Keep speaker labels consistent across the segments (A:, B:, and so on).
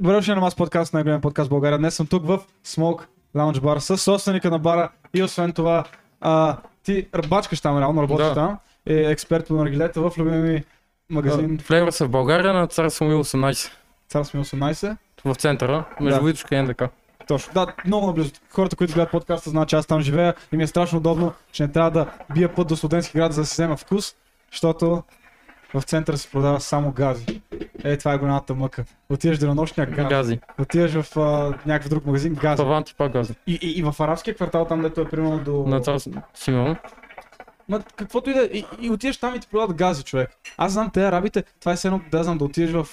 A: Добре дошли на Мас подкаст, най-голям подкаст в България. Днес съм тук в Smoke Lounge Bar с собственика на бара и освен това а, ти ръбачкаш там, реално работиш
B: Да.
A: там. Е експерт по наргилета в любимия ми магазин
B: Флейвър са в България на Цар Самуил 18.
A: Цар сме 18.
B: В центъра, между
A: Да.
B: да. Витушка и НДК.
A: Точно. Да, много наблизо. Хората, които гледат подкаста, знаят, че аз там живея и ми е страшно удобно, че не трябва да бия път до студентски град, за да си взема вкус, защото в центъра се продава само гази. Е, това е голямата мъка. Отиваш денонощния газ.
B: Гази.
A: Отиваш в а, някакъв друг магазин, газ.
B: Таван ти пак гази.
A: И, и, и в арабския квартал, там дето е примерно до...
B: На Цар Симеон.
A: Ма, каквото и да... И, и отиваш там и ти продават гази, човек. Аз знам те арабите, това е все едно, да знам, да отидеш в...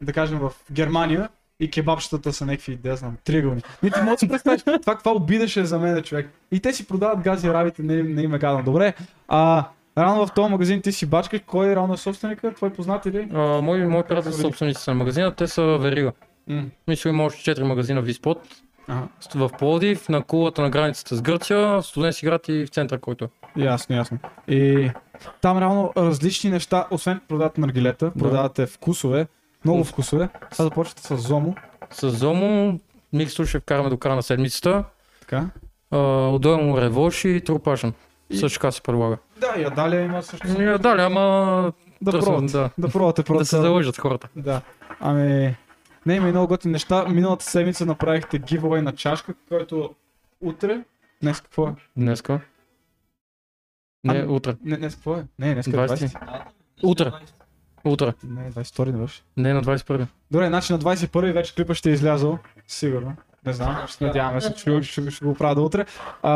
A: Да кажем, в Германия и кебабщата са някакви, да знам, триъгълни. Ми ти можеш да си представиш, това каква обидаше за мен, човек. И те си продават гази арабите, не, не им е гадно. Добре, а... Рано в този магазин ти си бачка, кой е рано е собственика, твой познат или?
B: А, Мои мои приятели са собственици на магазина, те са верига.
A: М,
B: Мисля има още 4 магазина в Виспот.
A: Ага,
B: В Пловдив, на кулата на границата с Гърция, в студентски град и в центъра, който е.
A: ясно, ясно. И там реално различни неща, освен продават наргилета, продавате вкусове, много вкусове. Сега започвате с зомо.
B: С Зомо, микстур ще вкараме до края на седмицата.
A: Така.
B: А, Отделно ревош и трупашен. Също така се предлага.
A: Да, и Адалия има също.
B: Ми, а, Дали, ама...
A: Да
B: търсим,
A: пробвате.
B: Да,
A: Да пробвате просто.
B: да се залъжат хората.
A: Да. Ами, не има и много готини неща. Миналата седмица направихте гивове на чашка, който утре. Днес какво е?
B: Днеска. Не,
A: Ами-
B: утре.
A: Не, днес какво е? Не, днес е
B: 20.
A: 20.
B: Утре. Утре.
A: Не, 22 не беше.
B: Не, на 21.
A: Добре, значи на 21 вече клипа ще е излязъл. Сигурно. Не знам. Ще надяваме се, че ще, ще, ще го правя до утре. А,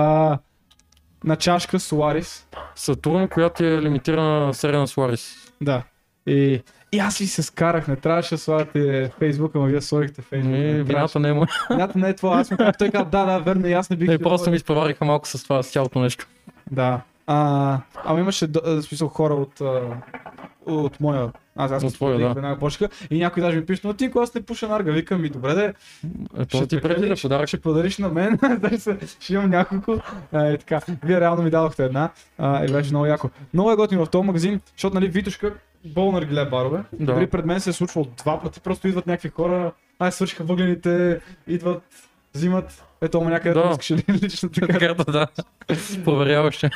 A: на чашка Соларис.
B: Сатурн, която е лимитирана серия на Соларис.
A: Да. И, и аз ви се скарах, не трябваше да слагате Фейсбук, ама вие сложихте Фейсбук.
B: Не, вината не е моя.
A: Мята не е твоя, аз му казах, той каза, да, да, верно, и аз не бих...
B: Не,
A: ти
B: просто ми
A: говорил.
B: изпревариха малко с това, с цялото нещо.
A: Да. А, ама имаше до- а, в смисъл хора от, а, от моя. Аз, аз
B: От твоя,
A: споделих
B: да.
A: веднага почка и някой даже ми пише, но ти аз не пуша нарга, викам ми, добре де,
B: Е, това ти преди да
A: прекалиш,
B: подарък.
A: ще подариш на мен, дай се, ще имам няколко. А, и така, вие реално ми дадохте една а, и беше много яко. Много е готино в този магазин, защото нали Витушка, бол наргиле барове,
B: Да.
A: дори пред мен се е случвало два пъти, просто идват някакви хора, ай свършиха въглените, идват, взимат, ето ама някъде
B: Да.
A: да. искаш ли личната карта.
B: Карта, да. Проверяваше.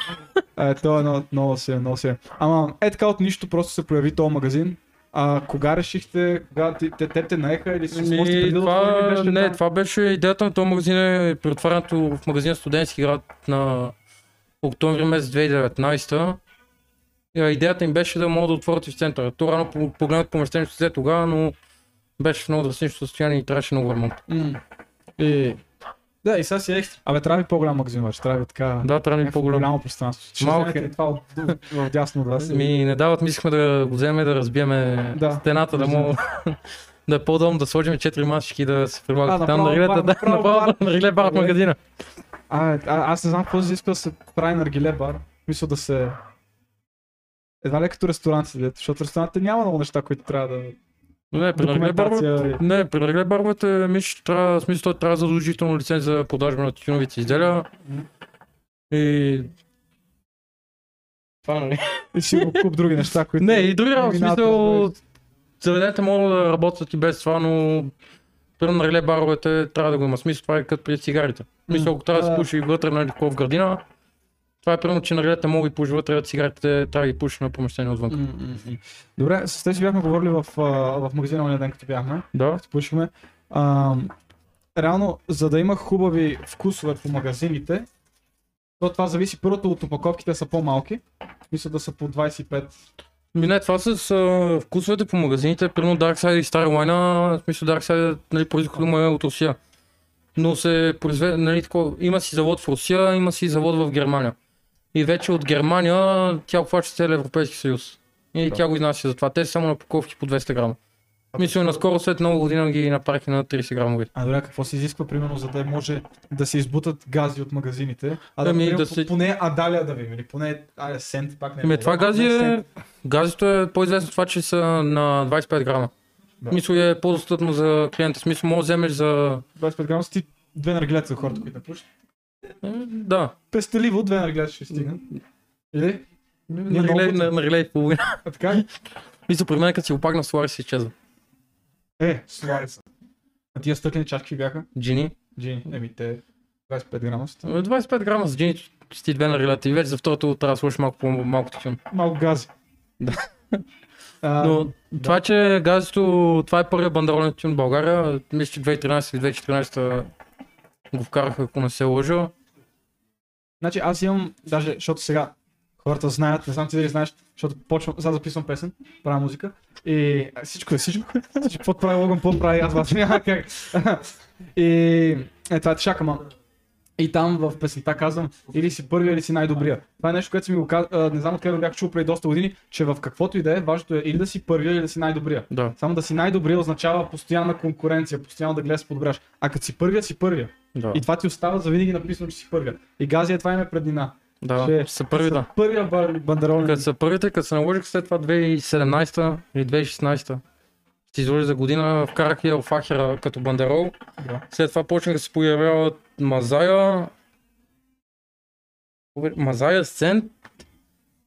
A: А, Е, то е много, много си, е, много си. е. Ама, е така от нищо просто се появи този магазин. А кога решихте, кога ти, те, те те наеха или си още преди
B: Ми,
A: да отворили
B: Ами, това,
A: беше
B: не,
A: там?
B: това беше идеята на този магазин е при отварянето в магазин Студентски град на октомври месец 2019. Е, Идеята им беше да могат да отворят и в центъра. То рано по- погледнах помещението след тогава, но беше в много драстично състояние и трябваше много ремонт.
A: М. И... Да, и сега си е екстра. Абе, трябва ви по-голям магазин, вече. Трябва ви така...
B: Да, трябва да ми е
A: някакво
B: по-голямо.
A: голямо пространство. Ще
B: Малко
A: вземете
B: е.
A: и това от, в дясно от вас.
B: Ми не дават, ми искахме да го вземе да разбиеме
A: е. Да.
B: стената, да му да е по-удобно да сложим четири масички и да се
A: А,
B: прилагат там
A: направо
B: на рилета,
A: бар,
B: да,
A: направо
B: направо
A: бар.
B: на риле бар в
A: Добре.
B: магазина.
A: А, е, а, аз не знам какво се изисква да се прави наргиле бар. Мисля да се... Едва ли е като ресторантите, дето, защото ресторантите няма много неща, които трябва да...
B: Не, Е, при риле баровете,
A: Документация.
B: не, при риле баровете, мисля, че трябва, в смисъл, той трябва задължително лиценз за продажба на тютюновите изделия. И... Това нали?
A: И си го куп други неща, които...
B: Не, и други работи, в
A: минават
B: смисъл,
A: през
B: заведенията могат да работят и без това, но примерно на реле баровете трябва да го има смисъл, това е като при цигарите. Мисля, ако трябва да
A: Да.
B: се пуши вътре на в градина, това е примерно, че на релета могат да пуши вътре, а цигарите трябва да ги пуши на помещение отвън.
A: М, м, м. Добре, с тези бяхме говорили в, а, в магазина ония ден, като бяхме,
B: Да,
A: като пушихме. А, реално, за да има хубави вкусове по магазините, то това зависи първото от опаковките са по-малки. Мисля да са по 25.
B: Ми не, това с а, вкусовете по магазините, примерно Dark Side и Starline, в смисъл Dark Side, нали, произходът му е от Русия. Но се произвежда, нали, такова, има си завод в Русия, има си завод в Германия. И вече от Германия тя обхваща целия Европейски съюз. И тя го изнася за това. Те са само на упаковки по 200 грама. Мисля, наскоро след много година ги направиха на 30 грамови.
A: А добре, какво се изисква, примерно, за да може да се избутат гази от магазините, а да,
B: Ами,
A: примерно,
B: да се-
A: поне Адалия да видим, или поне Аля Сент, пак не е.
B: Ами
A: много,
B: това
A: но поне
B: гази е...
A: Сент.
B: Газито е по-известно с това, че са на 25 грама.
A: Да.
B: Мисля е по-достъпно за клиента. В Смисъл, може да вземеш за...
A: 25 грама са ти две наргилета за хората, които напушат.
B: Е, Да.
A: Пестеливо две наргилета ще стигнат. Или?
B: На
A: много
B: релей,
A: пъти.
B: на, на релей и половина.
A: А така?
B: Мисля, при мен като си опакна в Соларис си изчезва.
A: Е, слави се. А тия стъклени чашки бяха?
B: джини.
A: Джини, еми те 25 грама са.
B: 25 грама с джини, 62 на релята. И вече за второто трябва да сложиш малко по-малко тютюн.
A: Малко гази.
B: Да.
A: А,
B: Но това, че газето, това е първият бандеролен тютюн в България. Мисля, че 2013 или 2014 го вкараха, ако не се лъжа.
A: Значи аз имам, даже, защото сега хората знаят, не знам ти дали знаеш, защото почвам, сега записвам песен, правя музика и а, всичко е всичко. Всичко под прави Логан, под прави аз вас няма как. И е, това е шакама. И там в песента казвам, или си първия, или си най-добрия. Това е нещо, което си ми го казва, не знам откъде го бях чул преди доста години, че в каквото и да е, важното е или да си първия, или да си най-добрия.
B: Да.
A: Само да си най-добрия означава постоянна конкуренция, постоянно да гледаш да се подобряваш. А като си първия, си първия.
B: Да.
A: И това ти остава за винаги написано, че си първия. И Газия това им е преднина.
B: да.
A: че-
B: Са първи, да.
A: Първия бар- бандеролен.
B: Като са първите, като се наложих след това 2017 или 2016 се изложи за година, вкарах я Фахера като бандерол.
A: Да.
B: След това почнах да се появяват Мазая. Мазая Сцент.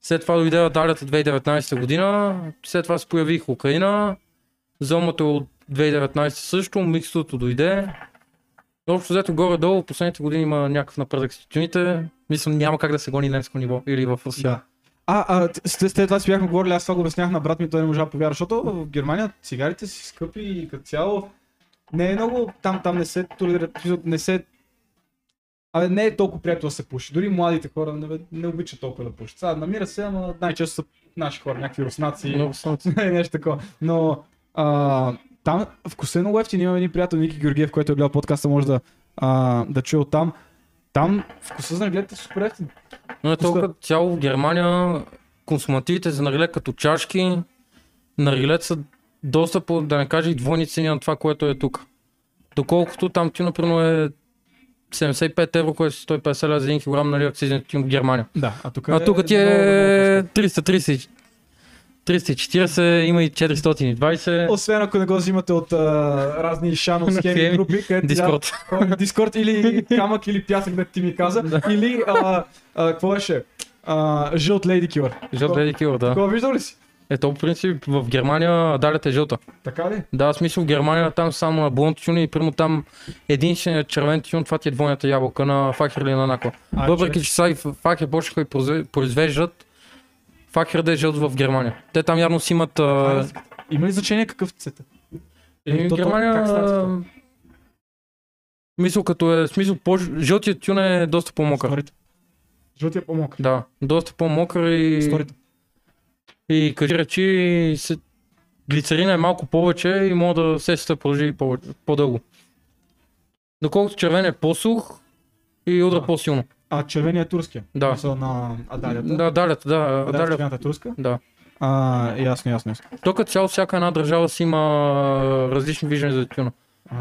B: След това дойде Дарята 2019 година. След това се появи Хокаина. Зомато от 2019 също. Микстото дойде. Общо взето горе-долу в последните години има някакъв напредък с тютюните. Мисля, няма как да се гони немско ниво или в Русия.
A: Да. А, а т- след след това си бяхме говорили, аз това го обяснях на брат ми, той не можа да повярва, защото в Германия цигарите си скъпи и като цяло не е много, там, там не се толерират, в смисъл, не се Абе, не е толкова приятно да се пуши. Дори младите хора не, не обичат толкова да пушат. Сега намира се, ама най-често са наши хора, някакви руснаци.
B: Много съм
A: Не, Е, нещо такова. Но а, там вкус е много ефтин. Имам един приятел, Ники Георгиев, който е гледал подкаста, може да, а, да чуе от там. Там вкуса за нагледите е супер ефтин.
B: Но е
A: Пуска.
B: толкова цяло в Германия консумативите за наргиле като чашки, наргилет са доста по, да не кажа и двойни цени на това, което е тук. Доколкото там ти, например, е 75 евро, което е 150 лева за 1 кг, нали, акцизен тютюн в Германия.
A: Да, а тук, е
B: А тук ти е 330, 340, има и 420.
A: Освен ако не го взимате от а, разни шано схеми
B: Схеми.
A: групи, където
B: Дискорд.
A: Да, Дискорд или камък или пясък, да ти ми каза. Или, а, а, какво беше? А, жълт Лейди Килър.
B: Жълт леди кило, да.
A: Такова виждал ли си?
B: Ето, по принцип, в Германия далята е жълта.
A: Така ли?
B: Да, в смисъл в Германия там само на блонд тюни и примерно там един ще е червен тюн, това ти е двойната ябълка на факер или на накла.
A: А,
B: Въпреки, че сега и факер почнаха и произве- произвеждат, факер да е жълт в Германия. Те там явно си имат...
A: Това е
B: А...
A: разликата. Има ли значение какъв цвета?
B: Еми,
A: То- то-
B: Германия...
A: как става цвета?
B: а, Мисъл като е, смисъл, по- жълтият тюн е доста по-мокър.
A: Сторите. Жълтия по-мокър.
B: Да, доста по-мокър и,
A: Сторите.
B: и кажи речи, се... глицерина е малко повече и може да сесията продължи и повече, по-дълго. Доколкото червен е по-сух и удра
A: Да.
B: по-силно.
A: А червения е турския.
B: Да.
A: Мисъл на Адалията.
B: Да, далята, да,
A: Адалия
B: далята.
A: червената е турска.
B: Да.
A: А, ясно, ясно. ясно.
B: То като цяло е всяка една държава си има а, различни виждания за тютюна.
A: А.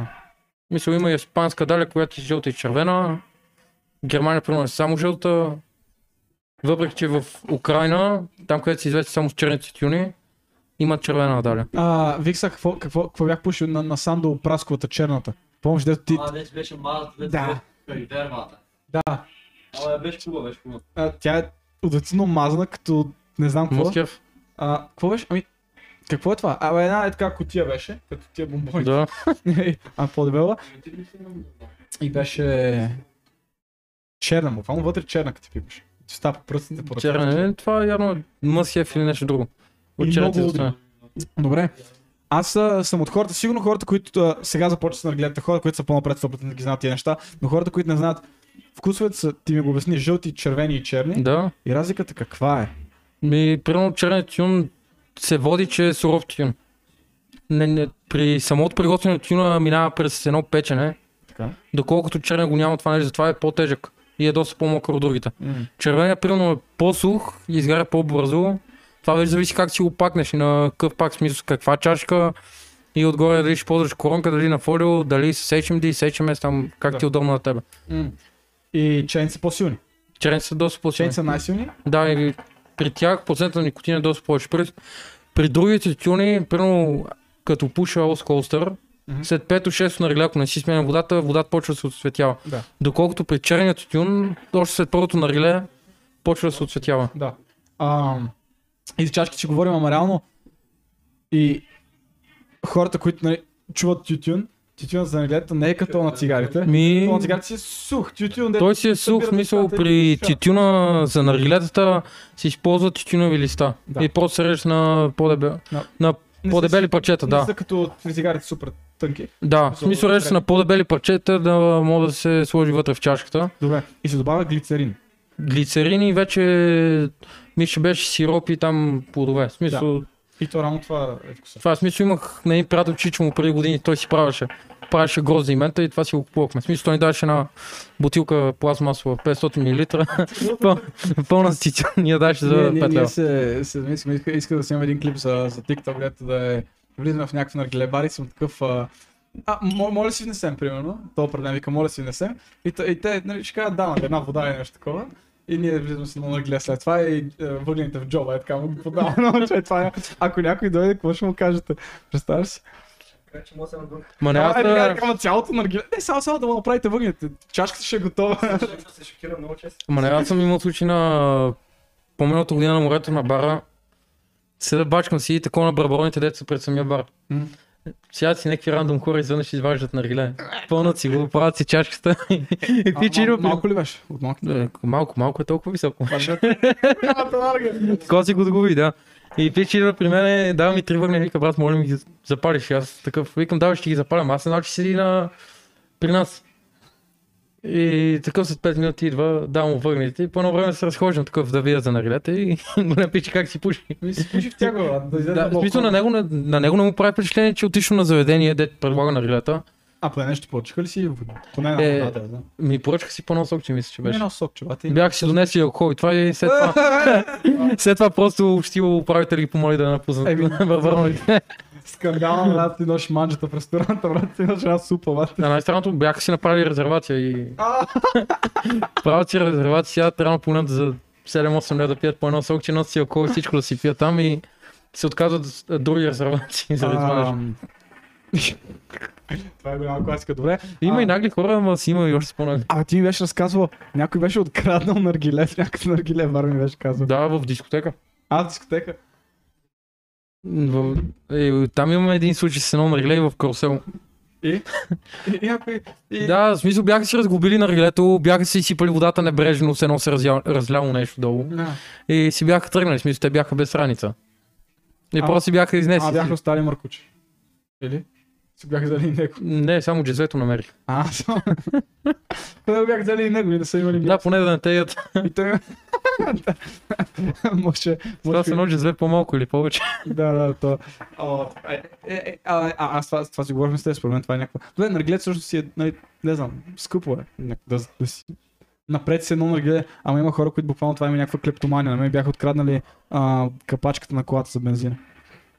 B: Мисля, има и испанска даля, която е жълта и червена. Германия, примерно, е само жълта. Въпреки, че в Украина, там където се известни само с черните тюни, има червена даля.
A: А, Викса, какво, какво, какво бях пушил на, на Сандо Прасковата черната? Помниш, дето ти...
C: Това вече беше Марс
A: Да.
C: 2 към фермата.
A: Да.
C: Ама е беше хубава, беше хубава.
A: А, тя е отвратително мазна, като не знам какво.
B: Мускев?
A: А, какво беше? Ами, какво е това? Абе, една е така котия беше, като тия бомбони.
B: Да.
A: а, по-дебела. И беше... Черна, буквално вътре черна, като ти пипаш. Става по пръстите, по ръцете.
B: Черен. Е, това явно е мъсхев или нещо друго.
A: И
B: От черните
A: много
B: страна.
A: Добре. Аз а, съм от хората, сигурно хората, които а, сега започват да гледат, хора, които са по-напред, 100% ги знаят тия неща, но хората, които не знаят, вкусовете са, ти ми го обясни, жълти, червени и черни.
B: Да.
A: И разликата каква е?
B: Ми, примерно черен тюн се води, че е суров тюн. Не, не, при самото приготвяне на тюна минава през едно печене,
A: Така.
B: доколкото черен го няма това нещо, затова е по-тежък и е доста по-мокър от другите.
A: М.
B: Червения примерно е по-сух и изгаря по-бързо. Това вече зависи как си го пакнеш и на къв пак смисъл, с каква чашка и отгоре дали ще ползваш коронка, дали на фолио, дали с HMD, с HMS, там как
A: Да.
B: ти е удобно на тебе.
A: М. И черни са по-силни.
B: Черен са доста по
A: Черни са най-силни.
B: Да, и при тях процентът на никотин е доста повече. При, при другите тюни, примерно като пуша Олс Колстър,
A: Мгм.
B: след 5-6 наргиля, ако не си сменя водата, водата почва да се отцветява.
A: Да.
B: Доколкото при черния тютюн, още след първото наргиле, почва да се отцветява.
A: Да. А, и за чашки ще говорим, ама реално и хората, които нали, чуват тютюн, Тютюн за негледата не е като на цигарите.
B: Ми...
A: То на цигарите си е сух тютюн. дето
B: Той си е сух,
A: събират
B: смисъл
A: листата и
B: при
A: пиша.
B: тютюна за наргилетата се използват тютюнови листа.
A: Да.
B: И просто срещаш на по-дебели,
A: Да.
B: на
A: Не са
B: по-дебели парчета,
A: Не
B: да.
A: са като при цигарите супер тънки.
B: Да, в смисъл
A: Добре.
B: режеш на по-дебели парчета да може да се сложи вътре в чашката.
A: Добре. И се добавя глицерин.
B: Глицерин и вече мисля, че беше сироп и там плодове. В смисъл,
A: И то рано това е вкуса.
B: това в смисъл имах на един приятел Чичо му преди години, той си правеше. Правеше грозди мента и това си го купувахме. В смисъл, той ни даваше една бутилка пластмасова 500 мл. Пълна с титан, ние даваше за
A: ние, ние,
B: 5
A: ние
B: лева.
A: се, се замислихме, иска, иска да снимам един клип за, за TikTok, където да е... Влизаме в някакъв наргилебар и съм такъв... А, а мо- моля си внесем, примерно. То определен вика, моля си внесем. И, те- и те нали, ще кажат, да, нали, една вода или нещо такова. И ние влизаме си на наргиле след това и е, въглените в джоба, е така му го подавам. че това е. Ако някой дойде, какво ще му кажете? Представяш си?
D: Така че мога съм друг.
B: Ма не,
A: Ама,
B: аз
A: е, така,
B: да...
A: така, ама цялото наргиле. Не, само, само да му направите въглените. Чашката ще е готова.
D: Ще се шокира много често.
B: Ма не, аз съм имал случай на... По миналата година на морето на бара. Седа бачкам си и такова на барбароните деца пред самия бар.
A: М.
B: Сега си някакви рандом хора изведнъж изваждат наргиле. Пълнат си го, правят си чашката. И
A: А,
B: ти че
A: мал-
B: идва при-
A: Малко ли беше? От малко.
B: Е, Малко, малко е толкова високо.
A: Няма това наргиле.
B: Коси го догуби, да. И пич идва при мен, дава ми три въгне, вика, брат, моля ми ги запалиш. И аз такъв, викам, давай, ще ги запалям. Аз не знам, че седи на... при нас. И такъв след 5 минути идва, давам му въгнете и по едно време се разхождам такъв да видя за нарилята и голям пич как си пуши.
A: Ми се пуши в тях, бе, брат, да излезе
B: Да,
A: на
B: в смисъл
A: балкона.
B: на него, не- на него не му прави впечатление, че е отишъл на заведение, де предлага нарилета.
A: А, поне нещо поръчка ли си? Поне
B: Е,
A: една вода, да, да.
B: Ми поръчах си по-ново сок, че мисля, че
A: Не
B: беше.
A: едно сокче, бати.
B: Бях си донесли алкохол и това и след това. след това просто общило управител ги помоли да напуснат.
A: Еми,
B: Върнали.
A: Скандал, брат, ти носиш манджата в ресторанта, брат, ти носиш една супа, брат.
B: На най-странното бяха си направили резервация и... Правят си резервация, трябва поне за 7-8 лева да пият по едно сокче, носят си алкохол и всичко да си пият там и се отказват с- а, други резервации заради това. нещо.
A: Ам. Това е голяма класика, добре.
B: Има
A: а-
B: и нагли хора, ама си има и още по-нагли.
A: А ти ми беше разказвал, някой беше откраднал наргиле, в някакъв наргиле бар ми беше казал.
B: Да, в дискотека.
A: А, дискотека.
B: В... Е, там имаме един случай с едно наргиле и в карусел.
A: И? И Е, някой... И...
B: Да, в смисъл бяха си разгубили наргилето, бяха си сипали водата небрежно, с едно се разля... разляло нещо долу.
A: Да.
B: И си бяха тръгнали, в смисъл те бяха без раница. И
A: А-
B: просто си бяха изнесли.
A: А, бяха остали мъркучи. Или? Си бях взели и него.
B: Не, само джезвето намерих.
A: А, само. Те бях взели и него и не са имали
B: Да, поне да не те ядат.
A: И той... Да. Може...
B: Това
A: може
B: са едно джезве по-малко или повече.
A: Да, да, то. О, е, е, е, а, а, аз това, това си говорим с теб, според мен това е някаква. Добре, наргиле също си е, нали, не знам, скъпо е. някак Да, да си. Напред си едно наргиле, ама има хора, които буквално това има някаква клептомания. На мен бяха откраднали а, капачката на колата за бензина.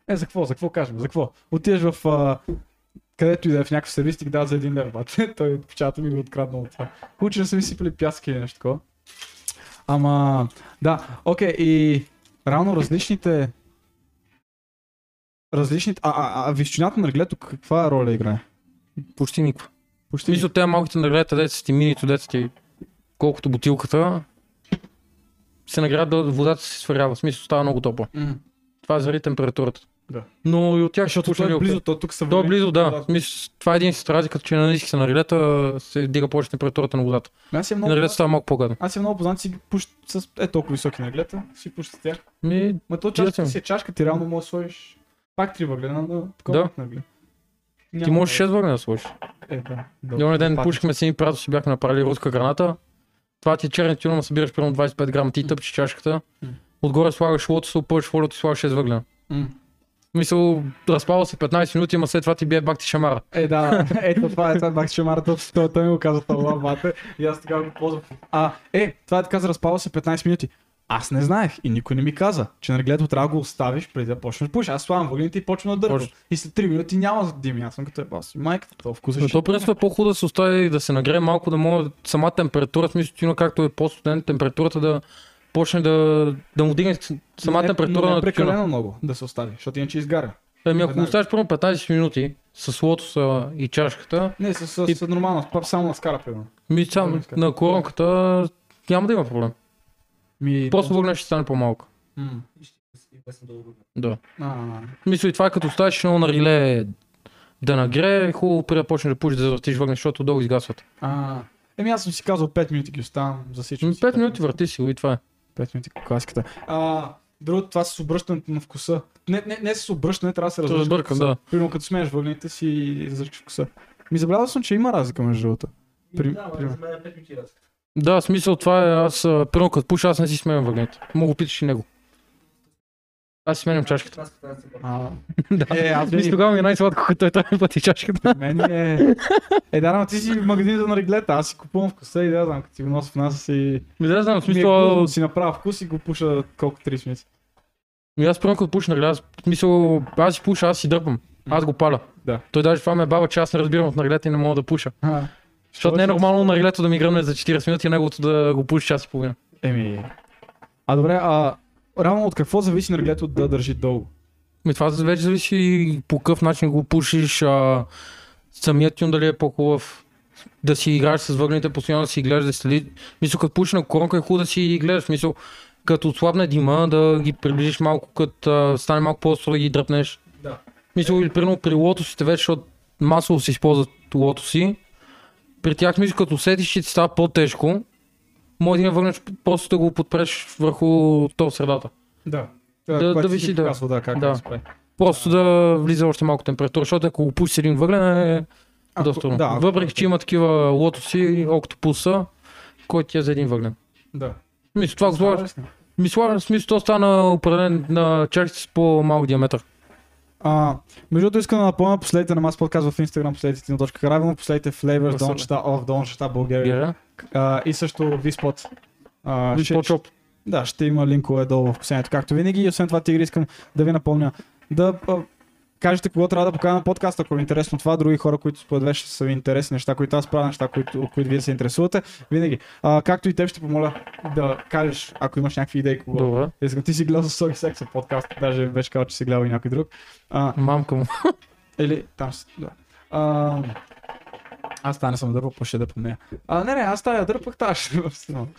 A: Е, за какво, за какво кажем, за какво? Отиваш в а, където и да е в някакъв сервис, ти ги дават за един лев, бат. Той печата ми го е откраднал от това. Хубаво, че не са ми сипали пясък или нещо такова. Ама, да, окей, и рано различните различните... А, а, а височината на реглето каква роля играе?
B: Почти никакво.
A: Почти
B: Мисля, те малките наградите, деца ти, минито, деца ти, колкото бутилката, се награда, водата се сварява. В Смисъл, става много топла.
A: М.
B: Това е заради температурата.
A: Да.
B: Но и от тях ще
A: Защото
B: отпочне
A: той е
B: лилка.
A: близо, то тук са
B: То е близо, да.
A: Да.
B: В Смисъл, това е един с разликата, че на ниските нарилета се дига повече температурата на водата.
A: Аз си е
B: И
A: много...
B: нарилета става малко по-гадно.
A: Аз си е много познат, си ги пуш с... Е, толкова високи наглета, си пуш с тях.
B: Ми,
A: Ма то
B: Ясно.
A: чашка си е чашка, ти реално може да сложиш пак три въглена на такова
B: Да.
A: да. нагле.
B: ти можеш 6 върна да сложиш.
A: Е, да.
B: И онзи ден
A: Пак. е
B: пушкахме с един приятел, си бяхме направили руска граната. Това ти е черен тюн, ама събираш примерно 25 грама, ти тъпчеш чашката.
A: М.
B: Отгоре слагаш лото, се опъваш лото и слагаш 6 въглена.
A: М.
B: Мисъл, разпава се 15 минути, ама след това ти бие бак ти шамара.
A: Е, да, ето това е, това е бак шамарата, той, той ми го каза това бате и аз така го ползвам. А, е, това е така, разпава се 15 минути. Аз не знаех и никой не ми каза, че нарглето трябва да го оставиш преди да почнеш да пушиш. Аз слагам въглените и почвам да дърпам.
B: Точно.
A: И след 3 минути няма дим. Аз съм като е, си майката, това вкус е
B: Но
A: ще-
B: то принцип е по-хубаво да се остави да се нагрее малко, да може сама температура, в смисъл тюна, както е по-студен, температурата да почне да, да му дигне с- сама
A: Не-
B: температура
A: но
B: на
A: не е
B: тюна.
A: прекалено много да се остави, защото иначе изгаря.
B: Ами ако
A: Веднага.
B: го оставиш примерно 15 минути с лотоса и чашката,
A: Не, с, с,
B: И-
A: с нормално, с пап само на скара, примерно.
B: ми сам,
A: Добре,
B: на коронката няма да има проблем.
A: Ми...
B: Просто въгнеш ще стане по-малко.
A: М,
D: И ще си- и песен долу.
B: Да.
A: а,
B: Мисля и това е като оставиш едно нариле да нагрее, хубаво преди да почне да пуши да завъртиш въгне, защото долу изгасват.
A: А, еми аз съм си казал 5 минути ги оставам за всички.
B: М, Ами, Пет минути върти си го и това е.
A: 5 минути класиката. А, другото това с обръщането на вкуса. Не, не, не с обръщане, трябва да се разръчва
B: разбъркам,
A: вкуса.
B: е да.
A: Примерно като смееш въглените си и зръчваш вкуса. Ми забелязал съм, че има разлика между другото. При-
D: Да, ама
A: пример.
D: за мен е 5 минути разлика.
B: Да, в смисъл това е, аз, а, първо като пуша, аз не си сменям въгнете. Мога питаш и него. Аз си сменям чашката.
D: Аз като не съм бъркал.
A: А,
B: Да.
A: е, аз
B: Мисля,
A: винаги
B: тогава ми е най-сладко, като е тази пъти чашката.
A: Мен е... Е, да, но ти си в магазина на реглета, аз си купувам вкуса и да, знам, като си го нося в нас си...
B: Ми да знам, в
A: Ми е гузно,
B: смисъл,
A: си направя вкус и го пуша колко 30 минути.
B: ми аз първо като пушна, нали, аз, в смисъл, аз си пуша, аз си дърпам. Аз го паля.
A: Да.
B: Той даже това ме е баба, че аз не разбирам от наглета и не мога да пуша.
A: А,
B: Защото не е нормално наглето да ми гръмне за 40 минути и неговото да го пуши час и половина.
A: Еми... А добре, а... Равно от какво зависи наглето да държи долу?
B: Ми това вече зависи и по какъв начин го пушиш, а, самият тюн дали е по-хубав. Да си играеш с въглените, постоянно да си гледаш, да следи. Мисъл, като пушиш на коронка е хубаво да си ги гледаш. Мисъл, като отслабне дима, да ги приближиш малко, като а, стане малко по-остро да ги дръпнеш.
D: Да.
B: Мисъл, или примерно при лотосите вече, защото масово се използват лотоси. При тях, мисъл, като усетиш, че ти става по-тежко, може да я въгнеш, просто да го подпреш върху то в средата.
A: Да. което
B: Да- да
A: ти си
B: виси, да.
A: показвал, да, как
B: Да.
A: да. се прави.
B: Просто да влиза още малко температура, защото ако го пушиш един въглен е
A: Ако-
B: доста трудно.
A: да,
B: Да,
A: ако-
B: Въпреки, че има такива лотоси, октопуса, който ти е за един въглен.
A: Да.
B: Мисля, това го слагаш. Мисля, в смисъл, то стана определен на чашите с по-малък диаметър.
A: А, между другото искам да напомня последите на Мас Подкаст в Instagram, последите на точка Каравелно, последите Flavors,
B: Абсолютно.
A: Дончета, Off, Дончета, България.
B: Yeah.
A: А, и също VSpot. А, ще-
B: По-чоп.
A: Да, ще има линкове долу в описанието, както винаги. И освен това, Тигри, искам да ви напомня да а, кажете кого трябва да покажа на подкаста, ако ви е интересно това, други хора, които според вас ще са ви интересни, неща, които аз правя, неща, които, от които вие се интересувате, винаги. А, както и теб ще помоля да кажеш, ако имаш някакви идеи, кого.
B: Добре.
A: Искам, ти си гледал Соги Секса подкаст, даже беше казал, че си гледал и някой друг. А,
B: Мамка му.
A: или там си, да. А, аз тази не съм дърпал, па ще дърпам нея. А, не, не, аз тая дърпах, тази ще дърпам след малко.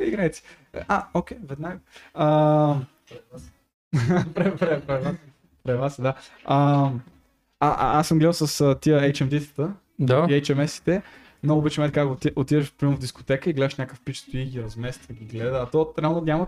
A: Играйте. А, окей, веднага. А, пре, пре, пре, вас. пре, вас, да. А, а, а, аз съм гледал с а, тия HMD-тата
B: Да.
A: и HMS-ите. Много обичаме така, оти- отиваш примерно в дискотека и гледаш някакъв пич стои и ги размества, ги гледа, а то реално няма,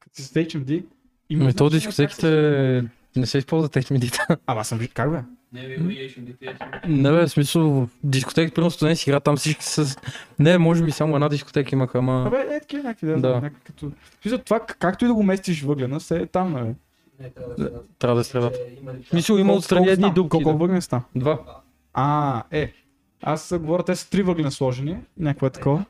A: като си с HMD, има
B: Ме Ами, то
A: значение
B: дискотеките
A: как се-
B: не се използват HMD-та.
A: Ама аз съм виждал, как бе?
C: Не, ви ми ешен дете.
B: Не бе, в смисъл, в дискотеките, примерно студент си игра, там всички с... Не, може би само една дискотека имаха, ама...
A: Абе, е такива някакви, да,
B: Да.
A: да. като... В смисъл, това, к- както и да го местиш въглена, се е там, нали?
D: Не, трябва да се дадат.
B: Трябва да е средата.
D: Че има ли-
B: Мисъл, има
A: Колко-
B: отстрани
A: колко
B: едни
A: стана?
B: дупки.
A: Колко
B: да.
A: въглена стана?
B: Два.
A: А, е. Аз говоря, те са три въглена сложени, някакво е такова.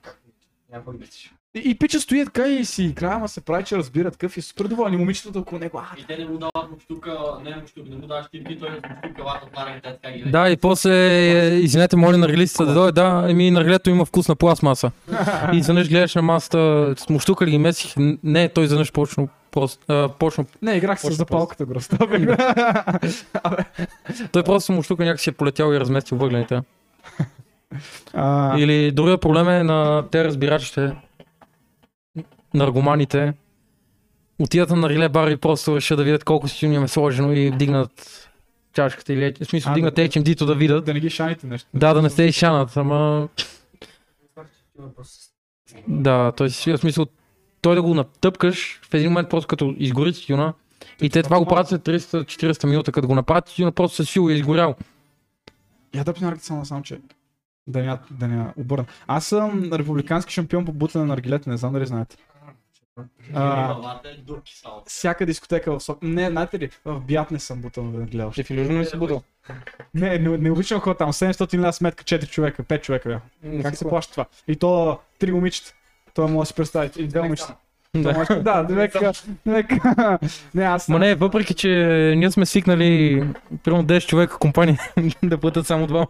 D: Някой мислиш.
A: И, и пича стои така и си играе, ама се прави, че разбира такъв и е супер доволни момичетата около него. А,
C: И те не му дават муштука, не муштук, не му даваш типки, той муштука, лата от наргата, така ги
B: Да, и после, е, извинете, моля наргилистата да дойде, да, еми наргилето има вкус на пластмаса. И изведнъж гледаш на масата, смущука ли ги месих, не, той изведнъж почна, просто, а, почна,
A: не, играх с
B: Почна
A: запалката го разтопих.
B: той просто муштука някакси е полетял и разместил въглените.
A: А,
B: Или другия проблем е на те разбирачите, наркоманите, отидат на наргиле бар и просто решат да видят колко си им е сложено и вдигнат чашката или в смисъл
A: А,
B: вдигнат
A: да.
B: HMD-то да видят.
A: да не ги шаните нещо.
B: Да, да не се изшанат, ама
D: Значи, че има просто-
B: Да, той си в смисъл, той да го натъпкаш в един момент просто като изгори тютюна и те това го правят след 340 минута, като го направят тютюна просто със сила е изгорял.
A: Я да пина само само, че да не, да не обърна. Аз съм републикански шампион по бутане на аргилета, не знам дали знаете. А,
C: Има лата, дурки само.
A: всяка дискотека в София. Не, знаете ли, в Бият не съм бутал да гледал.
B: Ще в иллюжно
C: ли си будал?
A: Не, не, не обичам хора там. 700 лева сметка, 4 човека, 5 човека бяха. Как се плаща това? И то три момичета. Това може да си представите. И две момичета. Това
B: Да.
A: може- Да, двека. Двека. Не, аз.
B: Ма не, въпреки че ние сме свикнали примерно 10 човека компания да платят само два.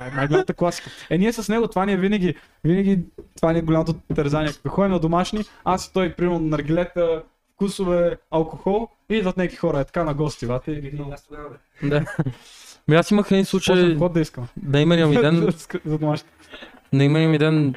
A: Е, Най-голямата класика. Е, ние с него, това ни е винаги, винаги, това ни е голямото тързание. Като ходим на домашни, аз и той, примерно, наргилета, вкусове, алкохол, и идват някакви хора, е така на гости, вате. И ги
D: Аз тогава, бе.
B: Да. Ми Ами аз имах един случай,
A: Почвам ход да искам.
B: на имения ми ден,
A: За домашни.
B: на имения ми ден